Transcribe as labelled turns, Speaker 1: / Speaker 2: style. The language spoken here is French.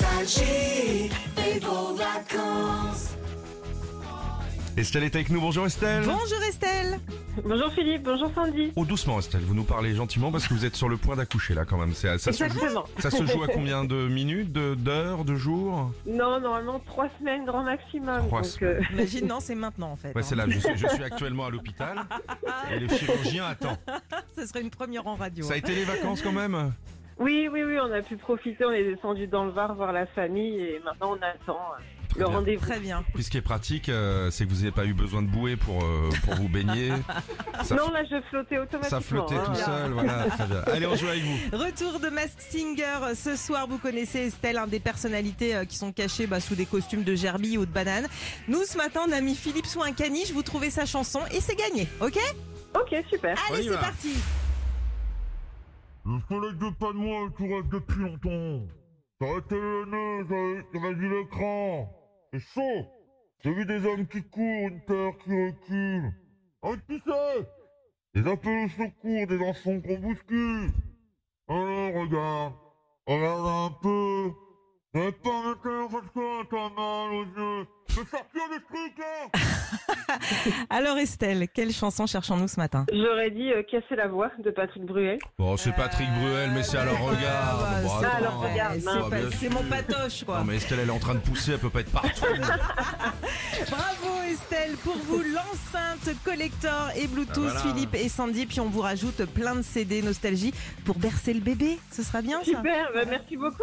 Speaker 1: Nostalgie, des vos vacances.
Speaker 2: Estelle est avec nous, bonjour Estelle
Speaker 3: Bonjour Estelle
Speaker 4: Bonjour Philippe, bonjour Sandy.
Speaker 2: Oh doucement Estelle, vous nous parlez gentiment parce que vous êtes sur le point d'accoucher là quand même. C'est- Ça, se, joue,
Speaker 4: Exactement.
Speaker 2: ça se joue à combien de minutes, de- d'heures, de, jours
Speaker 4: Non, normalement trois semaines grand maximum.
Speaker 2: Trois
Speaker 4: donc, euh,
Speaker 3: Imagine, non, c'est maintenant en fait. hein. Ah,
Speaker 2: Ouais c'est là, je, suis- je suis actuellement à l'hôpital et le chirurgien attend.
Speaker 3: Ce serait une première en radio.
Speaker 2: Ça a été les vacances quand même
Speaker 4: oui, oui, oui, on a pu profiter, on est descendu dans le Var voir la famille et maintenant on attend euh, le
Speaker 2: bien.
Speaker 4: rendez-vous.
Speaker 3: hein. Très bien.
Speaker 2: Puis ce qui est pratique, euh, c'est que vous n'avez pas eu besoin de bouée pour, euh, pour vous baigner. Ça,
Speaker 4: Non, là je flottais automatiquement.
Speaker 2: ça flottait
Speaker 4: hein.
Speaker 2: tout seul, voilà, très bien. Allez, on joue avec vous.
Speaker 3: Retour de Mask Singer. euh, Ce soir, vous connaissez Estelle, un des personnalités euh, qui sont cachées bah, sous des costumes de gerbille ou de banane. Nous, ce matin, on a mis Philippe sous un caniche. Vous trouvez sa chanson et c'est gagné, ok
Speaker 4: Ok, super.
Speaker 2: On y
Speaker 3: Allez, c'est
Speaker 2: va.
Speaker 3: parti
Speaker 5: Le soleil de Panois qui rêve depuis longtemps. T'as arrêté le nez, t'as- t'as vu l'écran. C'est chaud. J'ai vu des hommes qui courent, une terre qui recule. Un qui sait Des appels au secours, des enfants qu'on bouscule. Alors regarde, regarde un peu. T'as pas un cœur parce que t'as mal aux yeux. Fais sortir des trucs là
Speaker 3: Alors Estelle, quelle chanson cherchons-nous ce matin
Speaker 4: J'aurais dit euh, Casser la voix de Patrick Bruel.
Speaker 2: Bon, c'est Patrick Bruel, mais c'est alors regarde.
Speaker 3: Ah, bah,
Speaker 2: Bon,
Speaker 3: Euh, c'est-
Speaker 2: attends. bah,
Speaker 4: alors regarde,
Speaker 3: ouais, c'est
Speaker 4: mince.
Speaker 3: pas-
Speaker 2: Bien
Speaker 3: C'est
Speaker 2: sûr.
Speaker 3: mon patoche, quoi.
Speaker 2: Non mais Estelle, elle est en train de pousser, elle peut pas être partout.
Speaker 3: Bravo Estelle pour vous l'enceinte collector et Bluetooth
Speaker 2: Ah, voilà.
Speaker 3: Philippe et Sandy puis on vous rajoute plein de CD nostalgie pour bercer le bébé ce sera bien ça
Speaker 4: Super, bah, merci beaucoup.